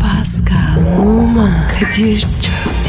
Pascal, Oman, Kadir çok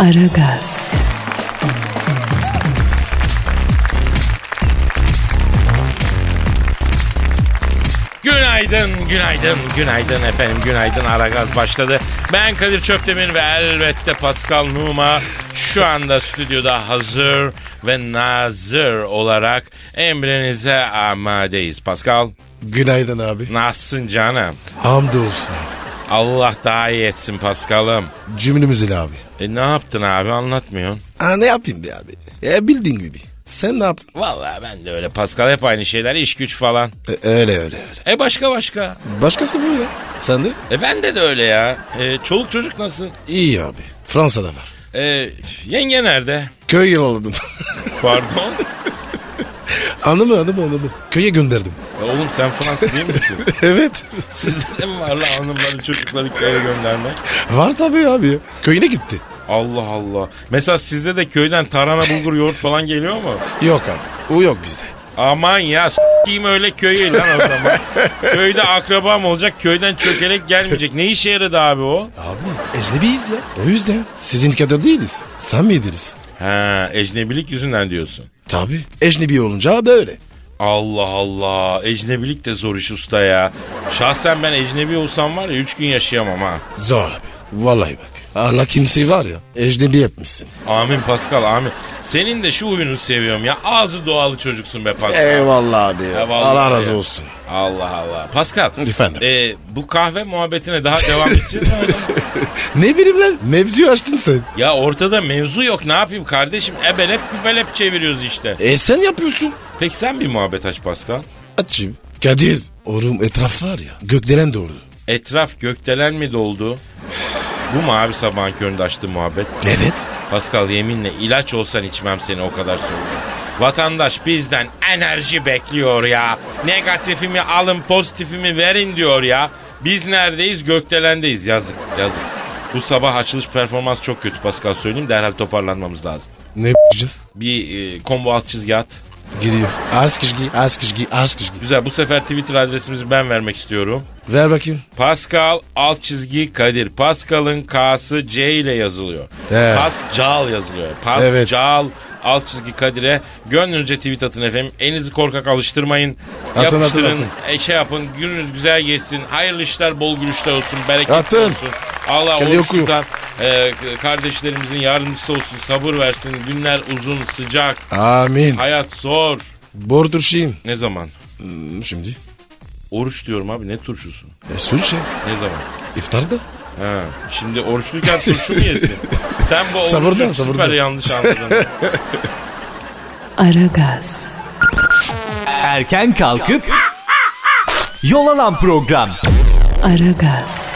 Aragaz, Günaydın, günaydın, günaydın efendim, günaydın. Aragaz başladı. Ben Kadir Çöptemir ve elbette Pascal Numa şu anda stüdyoda hazır ve nazır olarak emrinize amadeyiz. Pascal, Günaydın abi. nasılsın canım? Hamdolsun. Allah daha iyi etsin Pascal'ım. Cümlemizi abi. E ne yaptın abi anlatmıyorsun? Ha ne yapayım be abi? E bildiğin gibi. Sen ne yaptın? Vallahi ben de öyle Pascal hep aynı şeyler iş güç falan. E, öyle öyle öyle. E başka başka. Başkası bu ya. Sen de? E ben de de öyle ya. E, çoluk çocuk nasıl? İyi abi. Fransa'da var. E, yenge nerede? Köye yolladım. Pardon? anımı anımı anımı. Köye gönderdim. Ya Oğlum sen Fransız değil misin? evet. Sizde de mi var lan hanımları çocukları köye göndermek? Var tabii abi. Köyüne gitti. Allah Allah. Mesela sizde de köyden tarhana bulgur yoğurt falan geliyor mu? Yok abi. O yok bizde. Aman ya s**eyim öyle köyü lan o zaman. Köyde akrabam olacak köyden çökerek gelmeyecek. Ne işe yaradı abi o? Abi ecnebiyiz ya. O yüzden. Sizin kadar değiliz. Sen miydiniz? Ha ecnebilik yüzünden diyorsun. Tabii. Ecnebi olunca böyle. Allah Allah. Ecnebilik de zor iş usta ya. Şahsen ben ecnebi olsam var ya 3 gün yaşayamam ha. Zor abi. Vallahi bak. Allah kimseyi var ya. Ecnebi yapmışsın. Amin Pascal amin. Senin de şu huyunu seviyorum ya. Ağzı doğalı çocuksun be Pascal. Eyvallah abi. Ya vallahi Allah ya. razı olsun. Allah Allah. Pascal. Efendim? e, bu kahve muhabbetine daha devam edeceğiz mi hocam? ne bileyim lan? Mevzuyu açtın sen. Ya ortada mevzu yok. Ne yapayım kardeşim? Ebelep gübelep çeviriyoruz işte. E sen yapıyorsun. Peki sen bir muhabbet aç Pascal. Açayım. Kadir. Orum etraf var ya. Gökdelen doğru. Etraf gökdelen mi doldu? Bu mu abi sabahın köründe açtığı muhabbet? Evet. Pascal yeminle ilaç olsan içmem seni o kadar söylüyorum. Vatandaş bizden enerji bekliyor ya. Negatifimi alın pozitifimi verin diyor ya. Biz neredeyiz? Gökdelendeyiz. Yazık yazık. Bu sabah açılış performans çok kötü Pascal söyleyeyim. Derhal toparlanmamız lazım. Ne yapacağız? Bir e, combo alt çizgi at. Giriyor. Az kışkı, az kışkı, az kışkı. Güzel bu sefer Twitter adresimizi ben vermek istiyorum. Ver bakayım. Pascal alt çizgi Kadir. Pascal'ın K'sı C ile yazılıyor. Evet. Pascal yazılıyor. Evet. Pascal alt çizgi Kadir'e gönlünüzce tweet atın efendim. Elinizi korkak alıştırmayın. Atın, atın, Yapıştırın. atın. E, şey yapın. Gününüz güzel geçsin. Hayırlı işler, bol gülüşler olsun. Bereketli Atın. olsun. Allah Kendi oruç okuyor. tutan e, kardeşlerimizin yardımcısı olsun. Sabır versin. Günler uzun, sıcak. Amin. Hayat zor. Bor turşuyum. Ne zaman? Hmm, Şimdi. Oruç diyorum abi. Ne turşusu? E su içe. Ne zaman? İftarda. Ha, şimdi oruçluyken turşu mu yesin? Sen bu Sabırdan, orucu sabırdan. süper yanlış anladın. Aragaz, Erken kalkıp yol alan program. Aragaz,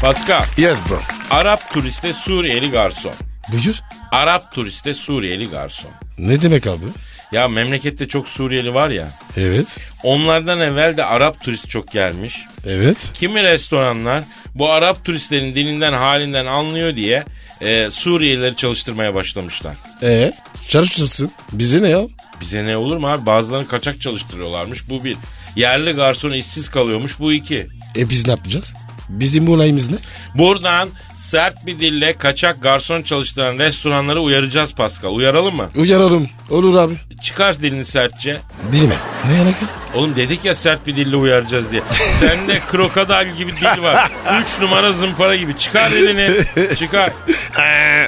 Pascal, Yes bro. Arap turiste Suriyeli garson. Buyur. Arap turiste Suriyeli garson. Ne demek abi? Ya memlekette çok Suriyeli var ya. Evet. Onlardan evvel de Arap turist çok gelmiş. Evet. Kimi restoranlar bu Arap turistlerin dilinden halinden anlıyor diye e, Suriyelileri çalıştırmaya başlamışlar. E çalışırsın. Bize ne ya? Bize ne olur mu abi? Bazılarını kaçak çalıştırıyorlarmış. Bu bir. Yerli garson işsiz kalıyormuş. Bu iki. E biz ne yapacağız? Bizim bu olayımız ne? Buradan sert bir dille kaçak garson çalıştıran restoranları uyaracağız Pascal. Uyaralım mı? Uyararım. Olur abi. Çıkar dilini sertçe. Dilime. Ne alaka? Oğlum dedik ya sert bir dille uyaracağız diye. Sende krokodil gibi dil var. Üç numara zımpara gibi. Çıkar dilini. Çıkar.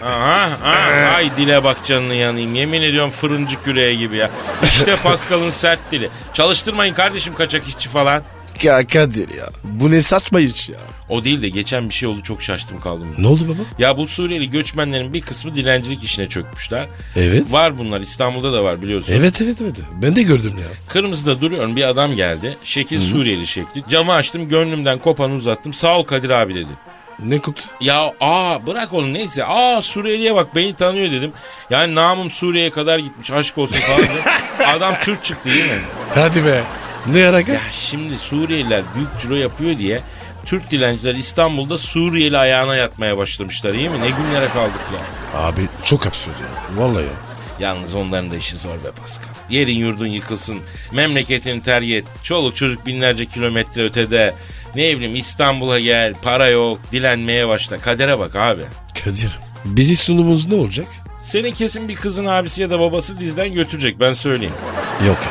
Aha, aha, ay dile bak canını yanayım. Yemin ediyorum fırıncı küreği gibi ya. İşte Pascal'ın sert dili. Çalıştırmayın kardeşim kaçak işçi falan. Ya Kadir ya. Bu ne saçma iş ya. O değil de geçen bir şey oldu çok şaştım kaldım. Ne oldu baba? Ya bu Suriyeli göçmenlerin bir kısmı dilencilik işine çökmüşler. Evet. Var bunlar İstanbul'da da var biliyorsun. Evet evet evet. Ben de gördüm ya. Kırmızıda duruyorum bir adam geldi. Şekil Suriyeli şekli. Camı açtım gönlümden kopanı uzattım. Sağ ol Kadir abi dedi. Ne koktu? Ya aa bırak onu neyse. Aa Suriyeli'ye bak beni tanıyor dedim. Yani namım Suriye'ye kadar gitmiş aşk olsun falan dedi. Adam Türk çıktı değil mi? Hadi be. Ne alaka? Ya şimdi Suriyeliler büyük ciro yapıyor diye Türk dilenciler İstanbul'da Suriyeli ayağına yatmaya başlamışlar iyi mi? Ne günlere kaldık ya. Abi çok absürt ya. Vallahi ya. Yalnız onların da işi zor be Pascal. Yerin yurdun yıkılsın. Memleketini terk et. Çoluk çocuk binlerce kilometre ötede. Ne bileyim İstanbul'a gel. Para yok. Dilenmeye başla. Kadere bak abi. Kadir. Bizi sunumumuz ne olacak? Senin kesin bir kızın abisi ya da babası dizden götürecek ben söyleyeyim. Yok ya.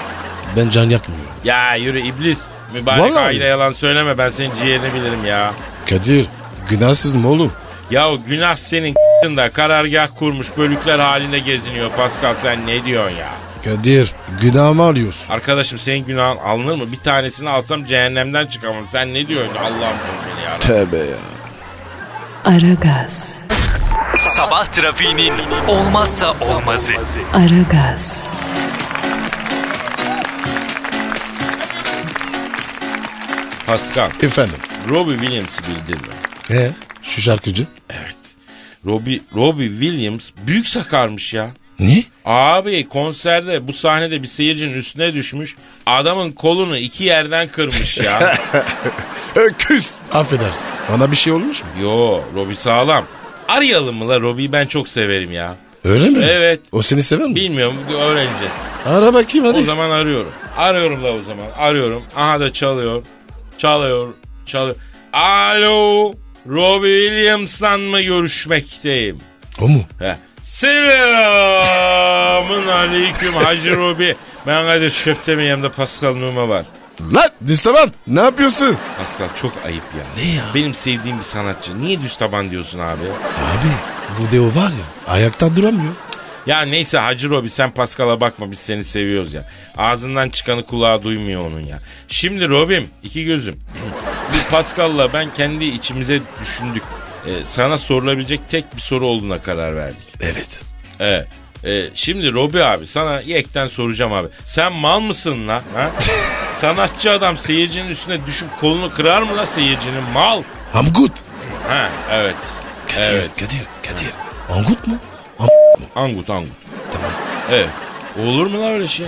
Ben can yakmıyorum. Ya yürü iblis. Mübarek Vallahi. aile yalan söyleme ben senin ciğerini bilirim ya. Kadir. Günahsız mı oğlum? Ya o günah senin da karargah kurmuş bölükler halinde geziniyor Pascal sen ne diyorsun ya? Kadir. Günahımı alıyorsun. Arkadaşım senin günahın alınır mı? Bir tanesini alsam cehennemden çıkamam. Sen ne diyorsun Allah'ım koru beni ya. Tövbe ya. Aragaz, Sabah trafiğinin olmazsa olmazı. Aragaz, Pascal, Efendim. Robbie Williams'ı bildin mi? He? Şu şarkıcı. Robbie, Robbie Williams büyük sakarmış ya. Ne? Abi konserde bu sahnede bir seyircinin üstüne düşmüş. Adamın kolunu iki yerden kırmış ya. Öküz. Affedersin. Ona bir şey olmuş mu? Yo Robi sağlam. Arayalım mı la Robi'yi ben çok severim ya. Öyle mi? Evet. O seni sever mi? Bilmiyorum öğreneceğiz. Ara bakayım O hadi. zaman arıyorum. Arıyorum la o zaman. Arıyorum. Aha da çalıyor. Çalıyor. Çalıyor. Alo. Robbie Williams'la mı görüşmekteyim? O mu? Heh. Selamın aleyküm Hacı Robi. Ben Kadir Çöptemeyim de Pascal Numa var. Lan Müslüman ne yapıyorsun? Pascal çok ayıp ya. Ne ya? Benim sevdiğim bir sanatçı. Niye düz taban diyorsun abi? Abi bu Deo var ya ayakta duramıyor. Ya neyse Hacı Robi sen Pascal'a bakma biz seni seviyoruz ya. Ağzından çıkanı kulağa duymuyor onun ya. Şimdi Robim iki gözüm. biz Pascal'la ben kendi içimize düşündük. Ee, sana sorulabilecek tek bir soru olduğuna karar verdik. Evet. Evet. Ee, şimdi Robi abi sana yekten soracağım abi. Sen mal mısın lan? Ha? Sanatçı adam seyircinin üstüne düşüp kolunu kırar mı lan seyircinin? Mal. I'm good. Ha evet. Kadir, Evet. Kadir, Kadir. I'm good mu? I'm mu? Angut angut. Tamam. Evet. Olur mu lan öyle şey?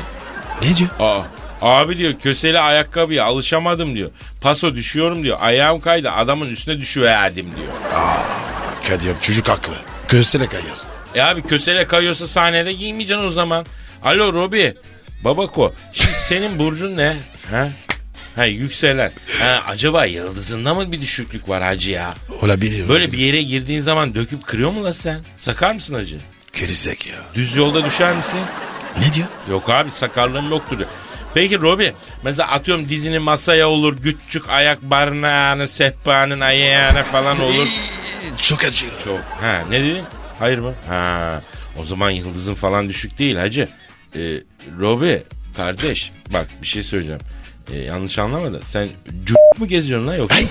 Ne diyor? Aa, abi diyor köseli ayakkabıya alışamadım diyor. Paso düşüyorum diyor. Ayağım kaydı adamın üstüne düşüverdim diyor. Kadir çocuk haklı. Kösele kayar. E abi kösele kayıyorsa sahnede giymeyeceksin o zaman. Alo Robi. Babako. Şimdi senin burcun ne? Ha? Ha yükselen. Ha, acaba yıldızında mı bir düşüklük var hacı ya? Olabilir. Böyle bir yere girdiğin zaman döküp kırıyor mu la sen? Sakar mısın hacı? Gerizek ya. Düz yolda düşer misin? Ne diyor? Yok abi sakarlığım yoktur diyor. Peki Robi mesela atıyorum dizini masaya olur, güççük ayak barnağını, sehpanın ayağına falan olur. Çok acı. Çok. Ha ne dedin? Hayır mı? Ha o zaman yıldızın falan düşük değil hacı. Ee, Robi kardeş bak bir şey söyleyeceğim. Ee, yanlış anlama da sen c- mu geziyorsun lan yoksa? Ay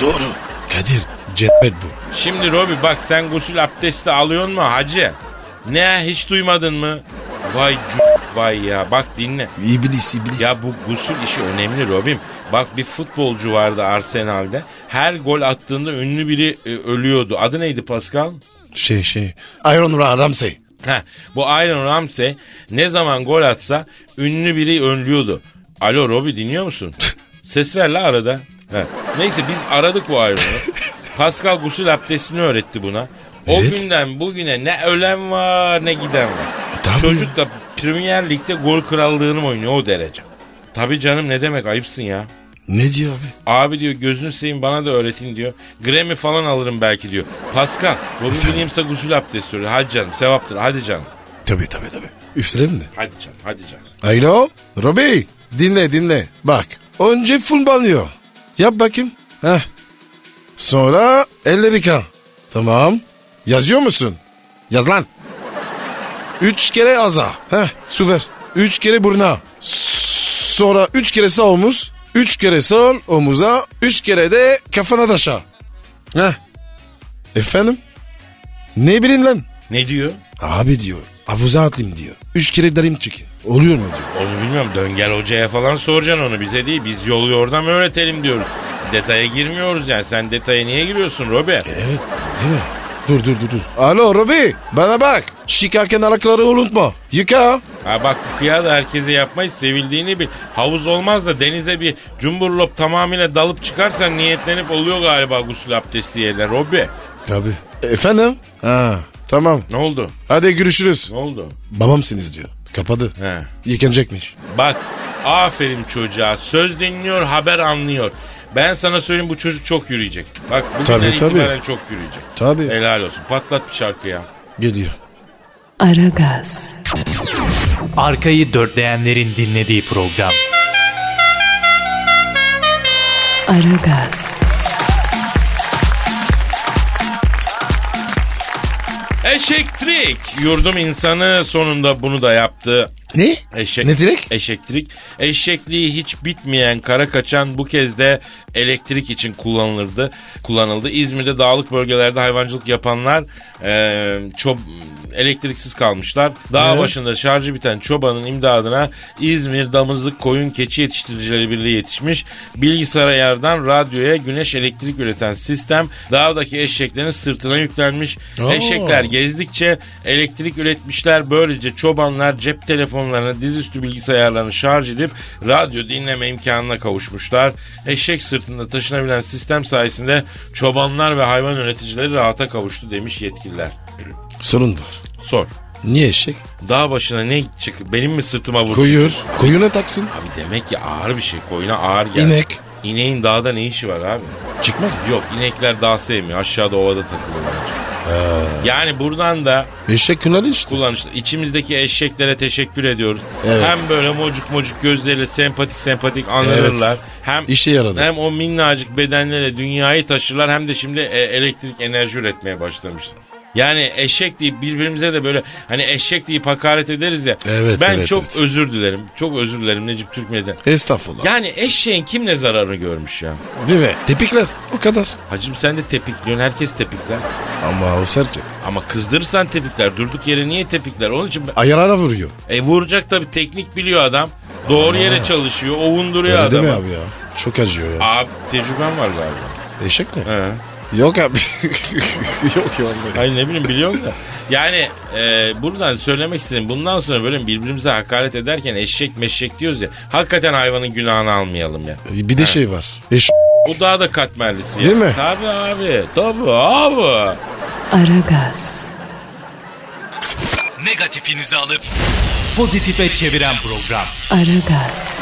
doğru. Kadir cennet bu. Şimdi Robi bak sen gusül abdesti alıyorsun mu hacı? Ne hiç duymadın mı? Vay c- vay ya bak dinle. İblis iblis. Ya bu gusül işi önemli Robim. Bak bir futbolcu vardı Arsenal'de. Her gol attığında ünlü biri e, ölüyordu. Adı neydi Pascal? Şey şey. Iron Ra Ramsey. Heh, bu Iron Ramsey ne zaman gol atsa ünlü biri ölüyordu. Alo Robi dinliyor musun? Ses ver la arada. Heh. Neyse biz aradık bu Iron'u. Pascal gusül abdestini öğretti buna. O Evet. günden bugüne ne ölen var ne giden var. Tabii. Çocuk da Premier Lig'de gol krallığını oynuyor o derece. Tabii canım ne demek ayıpsın ya. Ne diyor abi? Abi diyor gözünü seveyim bana da öğretin diyor. Grammy falan alırım belki diyor. Pascal, Robin Williams'a gusül abdesti öğretiyor. Hadi canım sevaptır hadi canım. Tabii tabii tabii. Üflerim de. Hadi canım hadi canım. Alo Robi dinle dinle bak önce full banyo yap bakayım Heh. sonra elleri yıka tamam yazıyor musun yaz lan üç kere aza Heh, su ver üç kere burna sonra üç kere sağ omuz Üç kere sol omuza, üç kere de kafana taşa. Heh. Efendim? Ne bileyim lan? Ne diyor? Abi diyor. Havuza atlayayım diyor. Üç kere derim çekin. Oluyor mu diyor. Onu bilmiyorum. Döngel hocaya falan soracaksın onu bize değil. Biz yolu yordam öğretelim diyoruz. Detaya girmiyoruz yani. Sen detaya niye giriyorsun Robert? Evet değil mi? Dur dur dur dur. Alo Robi bana bak. Şıkarken alakları unutma. Yıka. Ha bak bu kıya da herkese yapmayı sevildiğini bil. Havuz olmaz da denize bir cumburlop tamamıyla dalıp çıkarsan niyetlenip oluyor galiba gusül abdesti yerler. Robbe Tabi. Efendim? Ha tamam. ne oldu? Hadi görüşürüz. Ne oldu? Babamsınız diyor. Kapadı. He. Yıkanacakmış. Bak aferin çocuğa söz dinliyor haber anlıyor. Ben sana söyleyeyim bu çocuk çok yürüyecek. Bak bugünden Tabii, tabii. itibaren çok yürüyecek. Tabii. Helal olsun patlat bir şarkı ya. Geliyor. Aragaz, Arkayı dörtleyenlerin dinlediği program. Aragaz, Eşektrik yurdum insanı sonunda bunu da yaptı. Ne? Eşek, Ne direkt? Eşektrik. Eşekliği hiç bitmeyen kara kaçan bu kez de elektrik için kullanılırdı. Kullanıldı. İzmir'de dağlık bölgelerde hayvancılık yapanlar e, çob, elektriksiz kalmışlar. Dağ Ee? başında şarjı biten çobanın imdadına İzmir Damızlık Koyun Keçi Yetiştiricileri Birliği yetişmiş. Bilgisayardan radyoya güneş elektrik üreten sistem dağdaki eşeklerin sırtına yüklenmiş. Oo. Eşekler gezdikçe elektrik üretmişler. Böylece çobanlar cep telefonlarını, dizüstü bilgisayarlarını şarj edip radyo dinleme imkanına kavuşmuşlar. Eşek sırtında taşınabilen sistem sayesinde çobanlar ve hayvan üreticileri rahata kavuştu demiş yetkililer. Sorun var. Sor. Niye eşek? Dağ başına ne çık? Benim mi sırtıma vurdu? Koyuyor. Koyuna taksın. Abi demek ki ağır bir şey. Koyuna ağır geldi. İnek. İneğin dağda ne işi var abi? Çıkmaz mı? Yok inekler dağ sevmiyor. Aşağıda ovada takılıyorlar. Yani buradan da Eşek kınalı işte. kullanışlı. İçimizdeki eşeklere teşekkür ediyoruz. Evet. Hem böyle mocuk mocuk gözleriyle sempatik sempatik anılırlar. Evet. Hem İşe yaradı. Hem o minnacık bedenlere dünyayı taşırlar hem de şimdi e, elektrik enerji üretmeye başlamışlar. Yani eşek deyip birbirimize de böyle hani eşek deyip hakaret ederiz ya. Evet, ben evet, çok evet. özür dilerim. Çok özür dilerim Necip Türkmen'den. Estağfurullah. Yani eşeğin kim ne zararı görmüş ya? Değil mi? Tepikler. O kadar. Hacım sen de tepikliyorsun. Herkes tepikler. Ama o sertçe. Ama kızdırırsan tepikler. Durduk yere niye tepikler? Onun için ben- Ayarına vuruyor. E vuracak tabii teknik biliyor adam. Doğru yere çalışıyor, ovunduruyor Öyle değil mi adamı. Abi? abi ya? Çok acıyor ya. tecrüben var galiba. Eşek mi? He. Yok abi. Yok ya vallahi. Hayır ne bileyim biliyorum da. Yani e, buradan söylemek istedim. Bundan sonra böyle birbirimize hakaret ederken eşek meşek diyoruz ya. Hakikaten hayvanın günahını almayalım ya. Bir de şey var. Eş... O daha da katmerlisi. ya. Değil mi? Tabii abi. Tabii abi. Aragaz, Negatifinizi alıp pozitife çeviren program. Aragaz,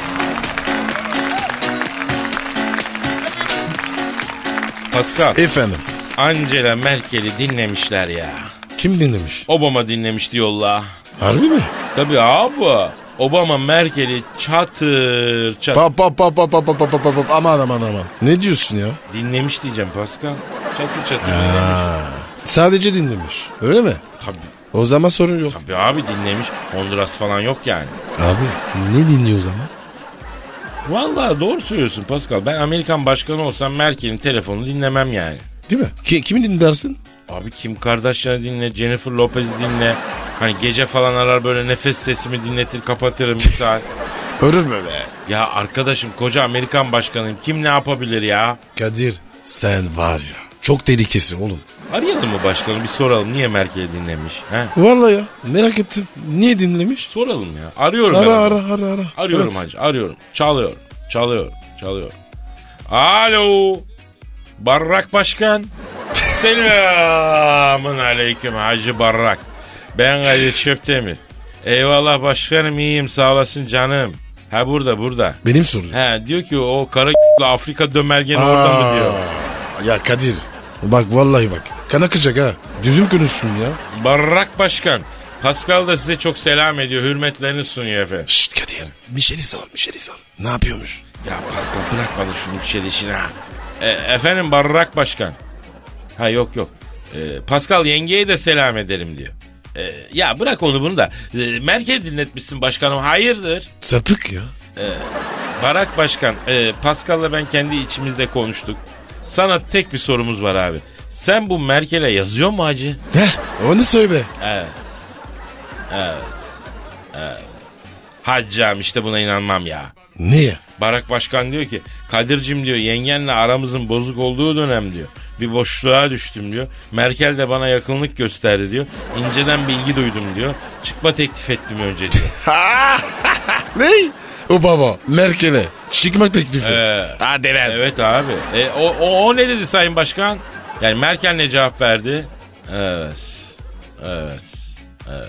Pascal, Efendim. Angela Merkel'i dinlemişler ya. Kim dinlemiş? Obama dinlemişti yolla. Harbi mi? Tabii abi. Obama Merkel'i çatır çatır. Pa pa pa pa pa pa pa pa pa pa aman aman aman. Ne diyorsun ya? Dinlemiş diyeceğim Pascal. Çatır çatır dinlemiş. Sadece dinlemiş. Öyle mi? Tabii, O zaman sorun yok. tabii abi dinlemiş. Honduras falan yok yani. Abi ne dinliyor o zaman? Vallahi doğru söylüyorsun Pascal. Ben Amerikan başkanı olsam Merkel'in telefonunu dinlemem yani. Değil mi? Ki, kimi dinlersin? Abi Kim Kardashian'ı dinle, Jennifer Lopez'i dinle. Hani gece falan arar böyle nefes sesimi dinletir kapatırım bir saat. Ölür mü be? ya arkadaşım koca Amerikan başkanıyım. Kim ne yapabilir ya? Kadir sen var ya. Çok tehlikesin oğlum. Arayalım mı başkanı bir soralım niye Merkel'i dinlemiş? He? Vallahi ya merak ettim. Niye dinlemiş? Soralım ya. Arıyorum ben Ara onu. ara ara ara. Arıyorum Evet. hacı arıyorum. Çalıyor. Çalıyor. Çalıyor. Alo. Barrak Başkan. Selamun aleyküm Hacı Barrak. Ben Kadir Çöptemir. Eyvallah başkanım iyiyim sağ olasın canım. Ha burada burada. Benim sorum. He diyor ki o kara Afrika dömergeni orada Aa, mı diyor. Ya Kadir. Bak vallahi bak. Kan akacak ha. Düzüm konuşsun ya. Barrak Başkan. Pascal da size çok selam ediyor. Hürmetlerini sunuyor efendim. Şşt Kadir. Mişel'i sor Mişel'i sor. Ne yapıyormuş? Ya Pascal bırak bana şunu çelişini ha. E, efendim Barrak Başkan. Ha yok yok. E, Pascal yengeye de selam ederim diyor. E, ya bırak onu bunu da. E, Merkel dinletmişsin başkanım hayırdır? Sapık ya. Barak Başkan, e, Pascal'la ben kendi içimizde konuştuk. Sana tek bir sorumuz var abi. Sen bu Merkel'e yazıyor mu hacı? Heh, onu söyle. Evet. Evet. Evet. Haccam işte buna inanmam ya. Niye? Barak Başkan diyor ki Kadir'cim diyor yengenle aramızın bozuk olduğu dönem diyor. Bir boşluğa düştüm diyor. Merkel de bana yakınlık gösterdi diyor. İnceden bilgi duydum diyor. Çıkma teklif ettim önce diyor. Ne? O baba Merkel'e çıkmak teklifi. Ee, Hadi lan. evet abi. E, o, o, o ne dedi Sayın Başkan? Yani Merkel ne cevap verdi? Evet. Evet. Evet.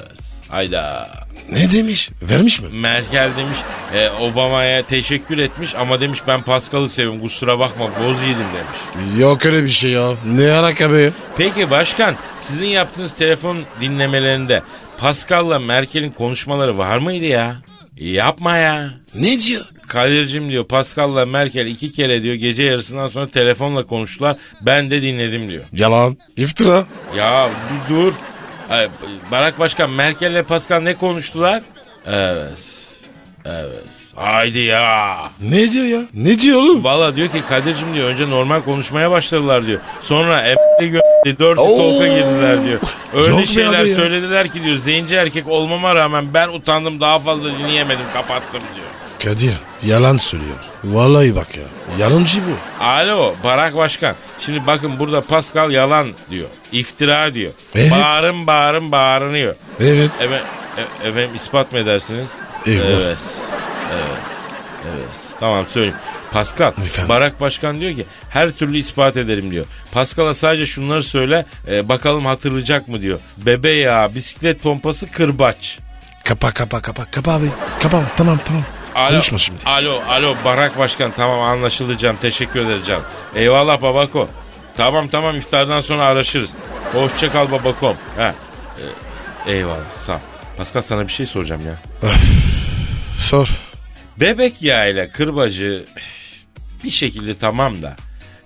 Hayda. Ne demiş? Vermiş mi? Merkel demiş e, Obama'ya teşekkür etmiş ama demiş ben Pascal'ı seviyorum kusura bakma boz yedim demiş. Yok öyle bir şey ya. Ne alaka be? Peki başkan sizin yaptığınız telefon dinlemelerinde Pascal'la Merkel'in konuşmaları var mıydı ya? Yapma ya. Ne diyor? Kadir'cim diyor Pascal'la Merkel iki kere diyor gece yarısından sonra telefonla konuştular. Ben de dinledim diyor. Yalan. İftira. Ya bir dur. Ay, Barak Başkan Merkel'le Pascal ne konuştular? Evet. Evet. Haydi ya. Ne diyor ya? Ne diyor oğlum? Valla diyor ki Kadir'cim diyor önce normal konuşmaya başladılar diyor. Sonra emri gö**li dört Oo. kolka girdiler diyor. Yok Öyle be şeyler abi ya. söylediler ki diyor zenci erkek olmama rağmen ben utandım daha fazla dinleyemedim kapattım diyor. Kadir yalan söylüyor. Vallahi bak ya. Yalancı bu. Alo Barak Başkan. Şimdi bakın burada Pascal yalan diyor. İftira diyor. Evet. Bağırın bağırın bağırınıyor. Evet. Efe, e- efendim ispat mı edersiniz? Eyvah. Evet. Evet. Evet. Tamam söyleyeyim. Pascal, Efendim? Barak Başkan diyor ki her türlü ispat ederim diyor. Pascal'a sadece şunları söyle e, bakalım hatırlayacak mı diyor. Bebe ya bisiklet pompası kırbaç. Kapa kapa kapa. Kapa abi. Kapa. Tamam tamam. Alo, Konuşma şimdi. Alo, alo Barak Başkan tamam anlaşılacağım teşekkür edeceğim. Eyvallah babako. Tamam tamam iftardan sonra araşırız. Hoşça kal babakom. Ha. e, eyvallah sağ ol. Pascal sana bir şey soracağım ya. Sor. Bebek yağıyla kırbacı üf, bir şekilde tamam da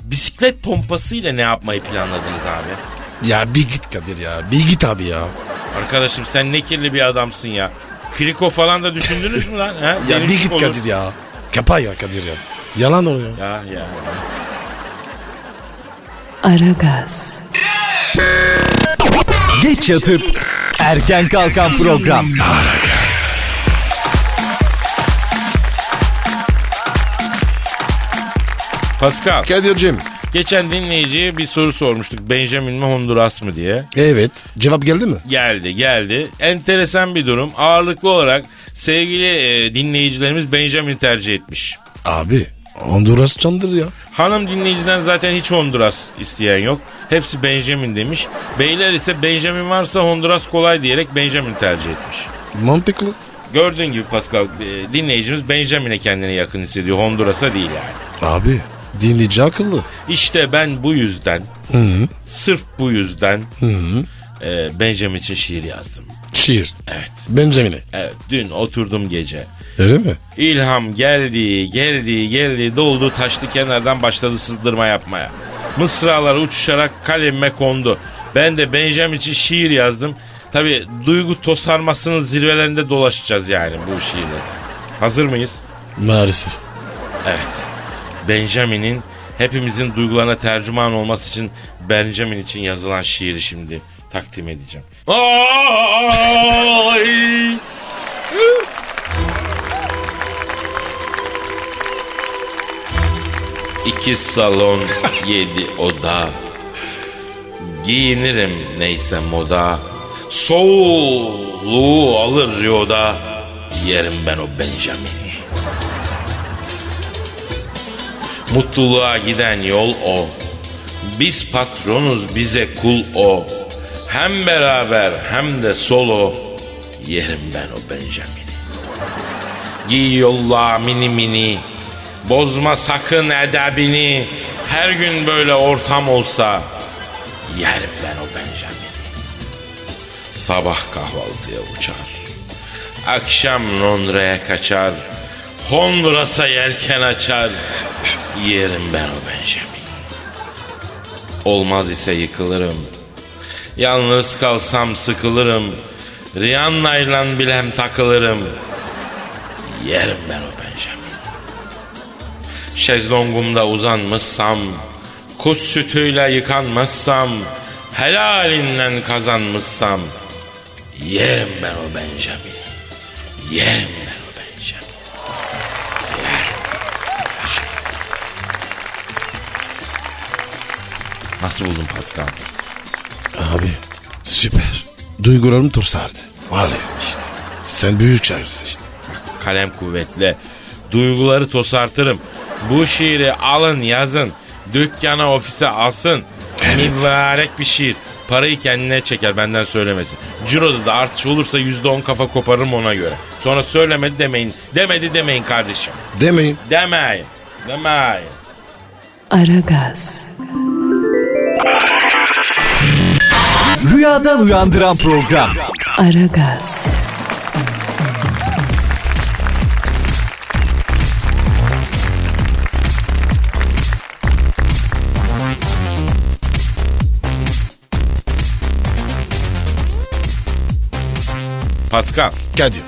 bisiklet pompasıyla ne yapmayı planladınız abi? Ya bir git Kadir ya. Bir git abi ya. Arkadaşım sen ne kirli bir adamsın ya. Kriko falan da düşündünüz mü lan? Ha? Ya bir Denizlik git olur. Kadir ya. Kapa ya Kadir ya. Yalan oluyor. Ya ya. Aragaz, Geç yatıp erken kalkan program. Pascal, Kadir'cim. geçen dinleyiciye bir soru sormuştuk. Benjamin mi Honduras mı diye. Evet. Cevap geldi mi? Geldi geldi. Enteresan bir durum. Ağırlıklı olarak sevgili e, dinleyicilerimiz Benjamin tercih etmiş. Abi. Honduras çandır ya. Hanım dinleyiciden zaten hiç Honduras isteyen yok. Hepsi Benjamin demiş. Beyler ise Benjamin varsa Honduras kolay diyerek Benjamin tercih etmiş. Mantıklı. Gördüğün gibi Pascal e, dinleyicimiz Benjamin'e kendini yakın hissediyor. Honduras'a değil yani. Abi. Dinleyici akıllı. İşte ben bu yüzden, sırf bu yüzden e, Benjamin için şiir yazdım. Şiir. Evet, Benjamin'e. evet. Dün oturdum gece. Öyle mi? İlham geldi, geldi, geldi, doldu taştı kenardan başladı sızdırma yapmaya. Mısralar uçuşarak kalemime kondu. Ben de Benjamin için şiir yazdım. Tabi duygu tosarmasının zirvelerinde dolaşacağız yani bu şiirle. Hazır mıyız? Maalesef. Evet. Benjamin'in hepimizin duygularına tercüman olması için Benjamin için yazılan şiiri şimdi takdim edeceğim. Ay! İki salon, yedi oda. Giyinirim neyse moda. Soğuluğu alır Rio'da. Yerim ben o Benjamin'i. Mutluluğa giden yol o. Biz patronuz bize kul o. Hem beraber hem de solo. Yerim ben o Benjamin'i. Giy yolla mini mini. Bozma sakın edebini. Her gün böyle ortam olsa. Yerim ben o Benjamin'i. Sabah kahvaltıya uçar. Akşam Londra'ya kaçar. Honduras'a yelken açar. Yerim ben o Benjamin. Olmaz ise yıkılırım. Yalnız kalsam sıkılırım. Rihanna'yla bilem takılırım. Yerim ben o Benjamin. Şezlongumda uzanmışsam, kuş sütüyle yıkanmışsam, helalinden kazanmışsam, yerim ben o Benjamin. Yerim ben o Benjamin. Yerim. Nasıl buldun Pascal? Abi süper. Duygularım tursardı. Vallahi işte. Sen büyük çağırırsın işte. kalem kuvvetle. Duyguları tosartırım. Bu şiiri alın yazın. Dükkana ofise asın. Evet. Mübarek bir şiir. Parayı kendine çeker benden söylemesin. Ciro'da da artış olursa yüzde on kafa koparırım ona göre. Sonra söylemedi demeyin. Demedi demeyin kardeşim. Demeyin. Demeyin. Demeyin. Aragaz, Rüyadan uyandıran program. Aragaz, Pascal Kadir.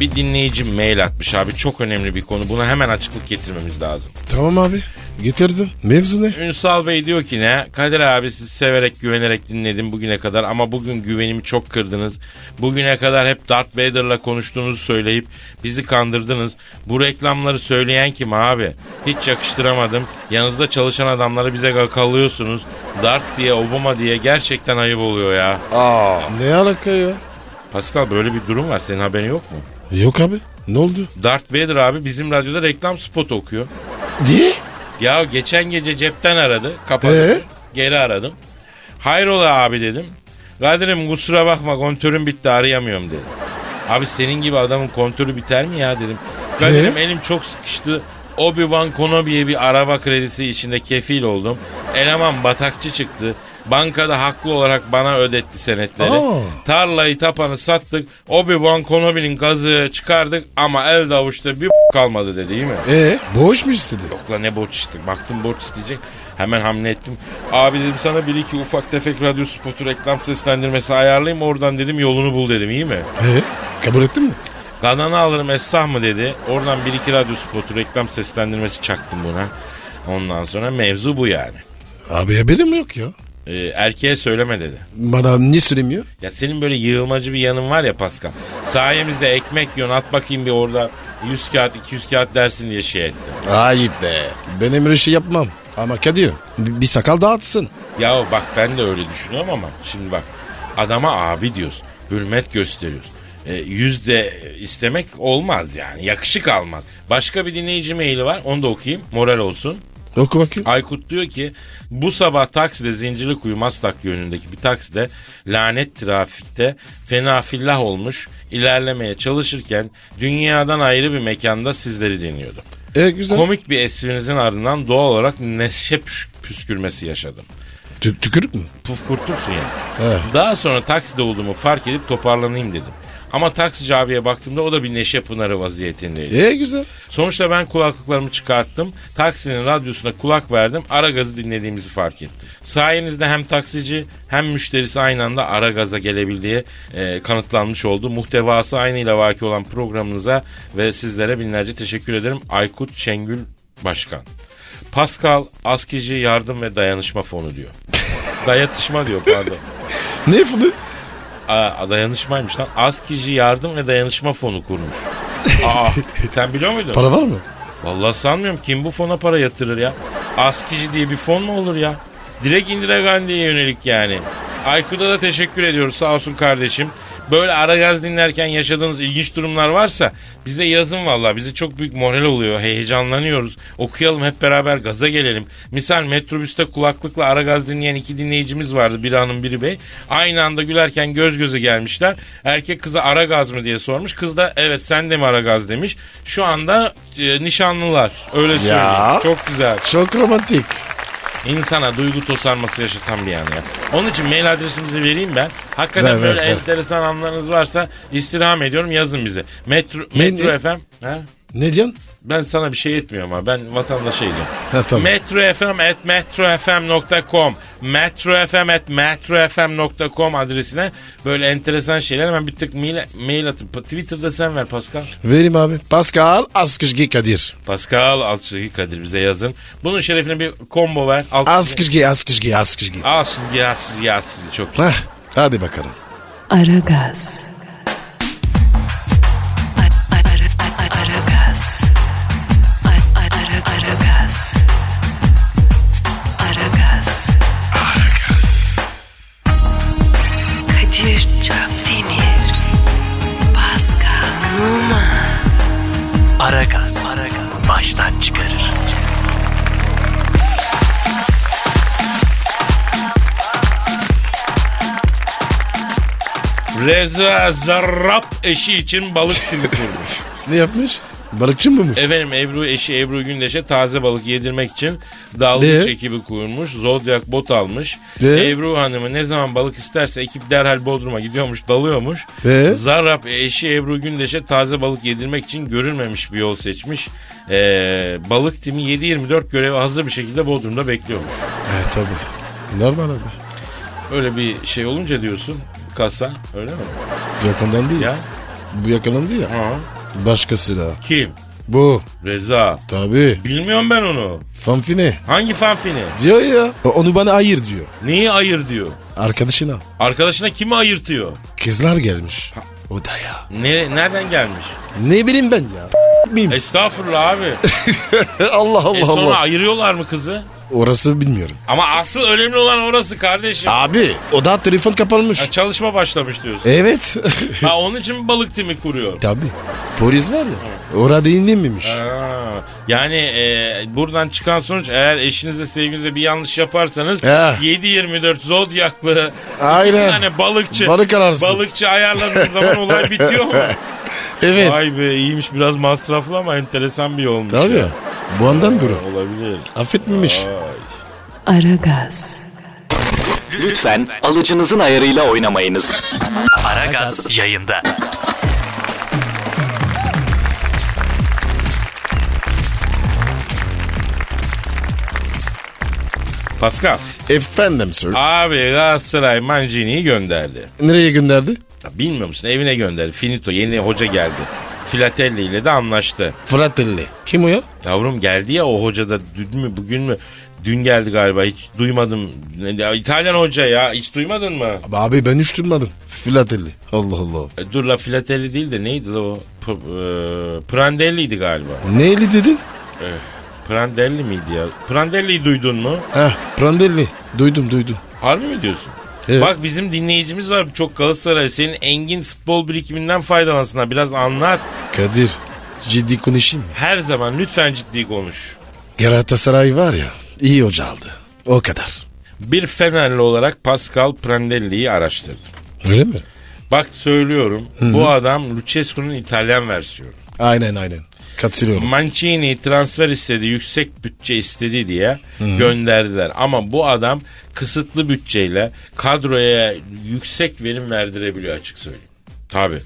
bir dinleyici mail atmış abi. Çok önemli bir konu. Buna hemen açıklık getirmemiz lazım. Tamam abi. Getirdim. Mevzu ne? Ünsal Bey diyor ki ne? Kadir abi sizi severek güvenerek dinledim bugüne kadar ama bugün güvenimi çok kırdınız. Bugüne kadar hep Darth Vader'la konuştuğunuzu söyleyip bizi kandırdınız. Bu reklamları söyleyen kim abi? Hiç yakıştıramadım. Yanınızda çalışan adamları bize gakalıyorsunuz. Darth diye Obama diye gerçekten ayıp oluyor ya. Ne alaka ya? Pascal böyle bir durum var senin haberin yok mu? Yok abi. Ne oldu? Darth Vader abi bizim radyoda reklam spotu okuyor. Diye? Ya geçen gece cepten aradı. Kapadı. Ee? Geri aradım. Hayrola abi dedim. Kadir'im kusura bakma kontörüm bitti arayamıyorum dedim. Abi senin gibi adamın kontörü biter mi ya dedim. Kadir'im Ee? elim çok sıkıştı. Obi-Wan Kenobi'ye bir araba kredisi içinde kefil oldum. Eleman batakçı çıktı. Bankada haklı olarak bana ödetti senetleri. Aa. Tarlayı tapanı sattık. Obi-Wan Kenobi'nin gazı çıkardık ama el avuçta bir kalmadı dedi değil mi? Ee, boş mu istedi? Yok lan ne borç istedik. Baktım borç isteyecek. Hemen hamle ettim. Abi dedim sana bir iki ufak tefek radyo spotu reklam seslendirmesi ayarlayayım. Oradan dedim yolunu bul dedim iyi mi? Ee, kabul ettin mi? Gadanı alırım esah mı dedi. Oradan bir iki radyo spotu reklam seslendirmesi çaktım buna. Ondan sonra mevzu bu yani. Abi haberim yok ya. Ee, erkeğe söyleme dedi. Bana niye söylemiyor? Ya senin böyle yığılmacı bir yanın var ya Pascal. Sayemizde ekmek yiyorsun at bakayım bir orada 100 kağıt 200 kağıt dersin diye şey etti. Ayıp be. Ben öyle şey yapmam. Ama Kadir bi- bir sakal dağıtsın. Ya bak ben de öyle düşünüyorum ama şimdi bak adama abi diyoruz. Hürmet gösteriyoruz. E, yüzde istemek olmaz yani. Yakışık almaz. Başka bir dinleyici maili var. Onu da okuyayım. Moral olsun. Oku bakayım. Aykut diyor ki bu sabah takside Zincirlikuyu Maslak yönündeki bir takside lanet trafikte fena fillah olmuş ilerlemeye çalışırken dünyadan ayrı bir mekanda sizleri dinliyordum. Ee, güzel. Komik bir esprinizin ardından doğal olarak neşe püş- püskürmesi yaşadım Tü- tükürük mü? puf kurtulsun yani. Evet. Daha sonra takside olduğumu fark edip toparlanayım dedim. Ama taksici abiye baktığımda o da bir neşe pınarı vaziyetindeydi. Ee, güzel. Sonuçta ben kulaklıklarımı çıkarttım. Taksinin radyosuna kulak verdim. Ara gazı dinlediğimizi fark ettim. Sayenizde hem taksici hem müşterisi aynı anda ara gaza gelebildiği e, kanıtlanmış oldu. Muhtevası aynıyla vaki olan programınıza ve sizlere binlerce teşekkür ederim. Aykut Şengül Başkan. Pascal Askici Yardım ve Dayanışma Fonu diyor. Dayatışma diyor pardon. Ne fılı? Aa, dayanışmaymış lan. Askici Yardım ve Dayanışma Fonu kurmuş. Aa, sen biliyor muydun? Para var mı? Vallahi sanmıyorum kim bu fona para yatırır ya. Askici diye bir fon mu olur ya? Direkt Indira Gandhi'ye yönelik yani. Aykut'a da teşekkür ediyoruz sağ olsun kardeşim. Böyle ara gaz dinlerken yaşadığınız ilginç durumlar varsa bize yazın valla. Bize çok büyük moral oluyor. Heyecanlanıyoruz. Okuyalım hep beraber gaza gelelim. Misal metrobüste kulaklıkla ara gaz dinleyen iki dinleyicimiz vardı. Biri hanım biri bey. Aynı anda gülerken göz göze gelmişler. Erkek kıza ara gaz mı diye sormuş. Kız da evet sen de mi ara gaz demiş. Şu anda e, nişanlılar. Öyle söyleyeyim. Çok güzel. Çok romantik. İnsana duygu tosarması yaşatan bir an ya. Onun için mail adresimizi vereyim ben. Hakikaten Ver, ver, böyle ver. enteresan anlarınız varsa istirham ediyorum yazın bize. Metro, Ne- Metro ne? FM. Ha? Ne diyorsun? Ben sana bir şey etmiyorum ama ben vatandaşa ediyorum. Ha, tamam. Metro FM at metrofm.com Metro FM at metrofm.com adresine böyle enteresan şeyler hemen bir tık mail, mail atıp Twitter'da sen ver Pascal. Vereyim abi. Pascal Askışgi Kadir. Pascal Alçızgi Kadir bize yazın. Bunun şerefine bir combo ver. Alt Askışgi Askışgi Askışgi. Alçızgi, alçızgi, alçızgi. Çok iyi. Hah, hadi bakalım. Aragaz. Ara- ara- ara- Aragaz. Ara- ara- Aragaz. Aragaz. Kadir Çöptemir. Pascal Numa. Aragaz. Baştan çıkarır. Reza Zarrab eşi için balık Twitter'da. Ne yapmış? Balıkçı mı bu? Efendim Ebru eşi Ebru Gündeş'e taze balık yedirmek için dalgıç Ne? ekibi kurmuş. Zodyak bot almış. Ne? Ebru Hanım'ı ne zaman balık isterse ekip derhal Bodrum'a gidiyormuş dalıyormuş. Ne? Zarrab eşi Ebru Gündeş'e taze balık yedirmek için görülmemiş bir yol seçmiş. Ee, balık timi 7-24 görevi hazır bir şekilde Bodrum'da bekliyormuş. He E, tabii. Normal abi. Öyle bir şey olunca diyorsun kasa öyle mi? Bu Yakından değil. Ya. Bu yakalandı ya. Ha. Başkası da. Kim? Bu. Reza. Tabii. Bilmiyorum ben onu. Fanfine. Hangi fanfini? Diyor ya. o- Onu bana ayır diyor. Neyi ayır diyor. Arkadaşına. Arkadaşına kimi ayırtıyor? Kızlar gelmiş. Odaya. Nere- nereden gelmiş? Ne bileyim ben ya. Bilmiyorum. Estağfurullah abi. Allah Allah e sonra Allah. ayırıyorlar mı kızı? Orası bilmiyorum. Ama asıl önemli olan orası kardeşim. Abi oda telefon kapanmış. Ha, çalışma başlamış diyorsun. Evet. Ha, onun için mi balık timi kuruyor? Tabii. Polis var ya. Orada inmemiş. Ha, yani e, buradan çıkan sonuç eğer eşinize sevginize bir yanlış yaparsanız Ha. 7-24 zodyaklı E- Aynen. bir tane balıkçı Balık ararsın. balıkçı ayarladığın zaman olay bitiyor mu? Evet. Vay be iyiymiş biraz masraflı ama enteresan bir yolmuş. Tabii. ya. Ya. Bu andan duru. Olabilir. Affetmemiş. Aragaz. Lütfen alıcınızın ayarıyla oynamayınız. Aragaz yayında. Pascal. Efendim sir. Abi Galatasaray Mancini'yi gönderdi. Nereye gönderdi? Ya bilmiyor musun evine gönderdi. Finito yeni hoca geldi. Filatelli ile de anlaştı. Fratelli. Kim o ya? Yavrum geldi ya o hoca da dün mü bugün mü? Dün geldi galiba hiç duymadım. Ya İtalyan hoca ya hiç duymadın mı? Abi ben hiç duymadım. Fratelli. Allah Allah. E, dur la Filatelli değil de neydi la o? P- e, Prandelli'ydi galiba. Neyli dedin? Prandelli miydi ya? Prandelli'yi duydun mu? Heh, Prandelli. Duydum duydum. Harbi mi diyorsun? Evet. Bak bizim dinleyicimiz var çok Galatasaray. Senin engin futbol birikiminden faydalansınlar. Biraz anlat. Kadir ciddi konuşayım mı? Her zaman lütfen ciddi konuş. Galatasaray var ya iyi hoca aldı. O kadar. Bir Fenerli olarak Pascal Prandelli'yi araştırdım. Öyle mi? Bak söylüyorum bu adam Lucescu'nun İtalyan versiyonu. Aynen aynen. Katılıyorum. Mancini transfer istedi, yüksek bütçe istedi diye gönderdiler. Ama bu adam kısıtlı bütçeyle kadroya yüksek verim verdirebiliyor açık söyleyeyim. Tabii.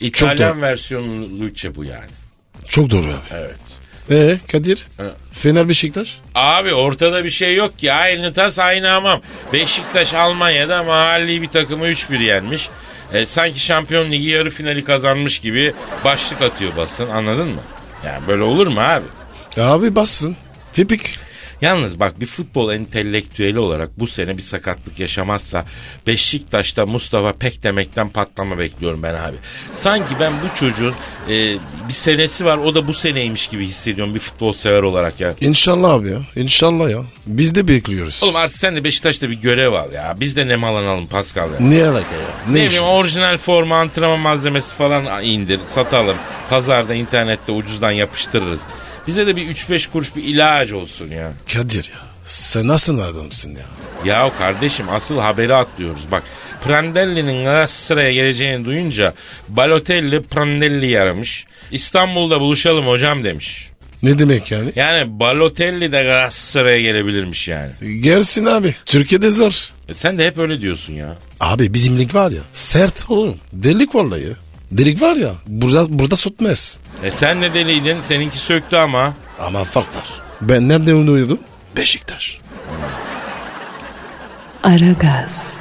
İtalyan versiyonu Luce bu yani. Çok doğru abi. Evet. Ee Kadir? Evet. Fener Beşiktaş? Abi ortada bir şey yok ki. Aynı tas aynı hamam. Beşiktaş Almanya'da mahalli bir takımı 3-1 yenmiş. E, sanki Şampiyon Ligi yarı finali kazanmış gibi başlık atıyor basın anladın mı? Yani böyle olur mu abi? E, Abi bassın. Tipik. Yalnız bak bir futbol entelektüeli olarak bu sene bir sakatlık yaşamazsa Beşiktaş'ta Mustafa Pek demekten patlama bekliyorum ben abi. Sanki ben bu çocuğun e, bir senesi var o da bu seneymiş gibi hissediyorum bir futbol sever olarak ya. İnşallah abi ya. İnşallah ya. Biz de bekliyoruz. Oğlum artık sen de Beşiktaş'ta bir görev al ya. Biz de nemalanalım Pascal ya. Ne alaka ya? Ne, Ne işin? bileyim orijinal forma antrenman malzemesi falan indir satalım. Pazarda internette ucuzdan yapıştırırız. Bize de bir 3-5 kuruş bir ilaç olsun ya. Kadir ya. Sen nasıl adamsın ya? Ya kardeşim asıl haberi atlıyoruz bak. Prandelli'nin Galatasaray'a geleceğini duyunca Balotelli Prandelli'yi aramış. İstanbul'da buluşalım hocam demiş. Ne demek yani? Yani Balotelli de Galatasaray'a gelebilirmiş yani. Gelsin abi. Türkiye'de zor. E sen de hep öyle diyorsun ya. Abi bizim lig var ya. Sert oğlum. Delik vallahi. Delik var ya. Burada, burada sotmaz. E sen de deliydin seninki söktü ama. Ama fark var. Ben nerede onu duydum? Beşiktaş. Aragaz,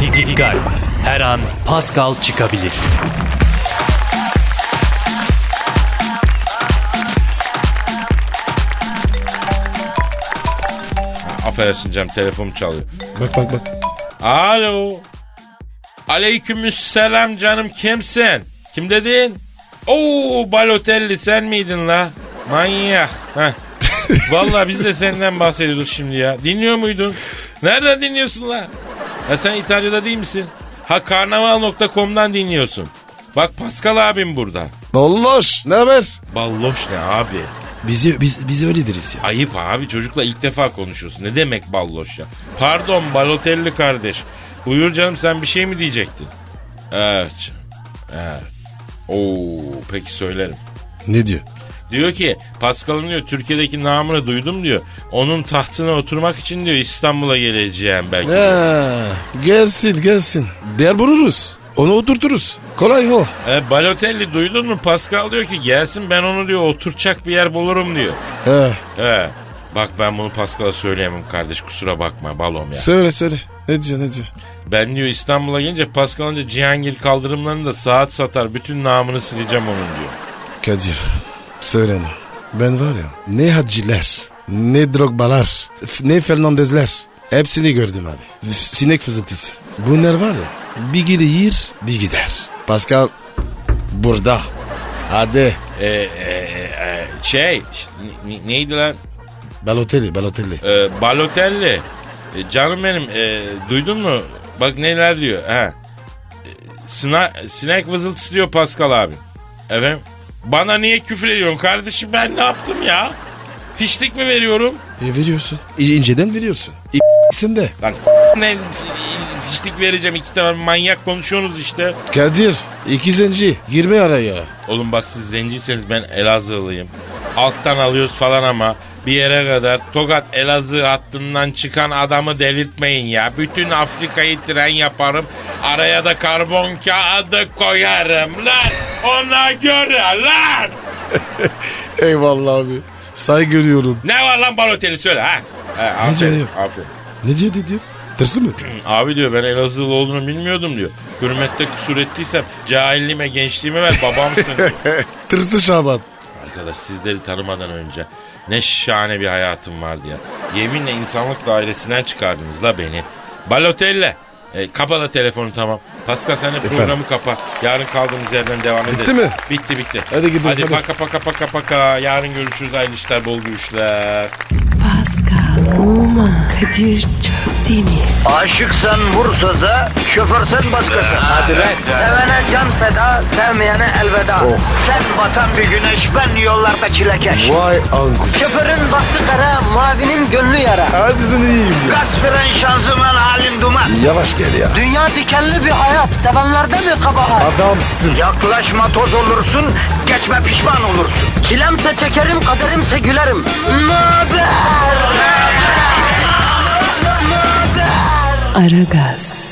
Didi Digal. Her an Pascal çıkabilir. Affedersin Cem telefonum çalıyor. Bak bak bak. Alo. Aleykümselam canım kimsin? Kim dedin? Oo Balotelli sen miydin la? Manyak. Heh. Vallahi biz de senden bahsediyorduk şimdi ya. Dinliyor muydun? Nereden dinliyorsun la? Ya sen İtalya'da değil misin? Ha karnaval.com'dan dinliyorsun. Bak Pascal abim burada. Balloş ne haber? Balloş ne abi? Bizi, biz, biz öyle deriz ya. Ayıp abi çocukla ilk defa konuşuyorsun. Ne demek balloş ya? Pardon Balotelli kardeş. Buyur canım sen bir şey mi diyecektin? Evet. canım, Evet. Oo peki söylerim. Ne diyor? Diyor ki Pascal'ın diyor Türkiye'deki namını duydum diyor. Onun tahtına oturmak için diyor İstanbul'a geleceğim belki. Ha, gelsin gelsin. Bir yer buluruz. Onu oturturuz. Kolay o. E, Balotelli duydun mu Pascal diyor ki gelsin ben onu diyor oturacak bir yer bulurum diyor. He, He. Bak ben bunu Pascal'a söyleyemem kardeş kusura bakma balom ya. söyle söyle. Ne diyor ne diyor? Ben diyor İstanbul'a gelince Pascal önce Cihangir kaldırımlarını da saat satar. Bütün namını sileceğim onun diyor. Kadir söyle ona. Ben var ya ne haciler ne drogbalar f- ne Fernandezler hepsini gördüm abi. F- Sinek fısıltısı. Bunlar var ya bir gelir bir gider. Pascal burada. Hadi. Ee, e, e, şey ş- ne- neydi lan? Balotelli Balotelli. Ee, Balotelli. Ee, canım benim e, duydun mu? Bak neler diyor. He. Sina, sinek vızıltısı diyor Pascal abi. Efendim? Bana niye küfür ediyorsun kardeşim ben ne yaptım ya? Fişlik mi veriyorum? E, veriyorsun. E, inceden veriyorsun. E, sen de. Lan s- ne fişlik vereceğim iki tane manyak konuşuyorsunuz işte. Kadir iki zenci girme araya. Oğlum bak siz zenciyseniz ben Elazığlıyım. Alttan alıyoruz falan ama bir yere kadar Tokat Elazığ hattından çıkan adamı delirtmeyin ya. Bütün Afrika'yı tren yaparım. Araya da karbon kağıdı koyarım lan. Ona göre lan. Eyvallah abi. Saygı görüyorum. Ne var lan Balotelli söyle ha. He, aferin, diyor? aferin. Ne diyor ne diyor? Tırsı mı? Abi diyor ben Elazığlı olduğunu bilmiyordum diyor. Hürmette kusur ettiysem cahilliğime gençliğime ver babamsın. Tırsı Şaban. Arkadaş sizleri tanımadan önce ne şahane bir hayatım vardı ya. Yeminle insanlık dairesinden çıkardınız la beni. Balotelli. E, kapa da telefonu tamam. Pascal sen de programı kapa. Yarın kaldığımız yerden devam ederiz. mi? Bitti bitti. Hadi gidelim, Hadi hadi. paka paka paka paka. Yarın görüşürüz. Hayırlı işler bol görüşler. Pascal, Oman, Kadir çok değil mi? Aşıksan vursa da, şoförsen başkasın. Hadi Sevene can feda, sevmeyene elveda. Sen batan bir güneş, ben yollarda çilekeş. Vay anku. Şoförün baktı kara, mavinin gönlü yara. Hadi sen iyiyim ya. Kasperen şanzıman halin duman. Yavaş gel ya. Dünya dikenli bir hayat, sevenlerde mi kabahar? Adamsın. Yaklaşma toz olursun, geçme pişman olursun. Çilemse çekerim, kaderimse gülerim. Möber! Aragaz.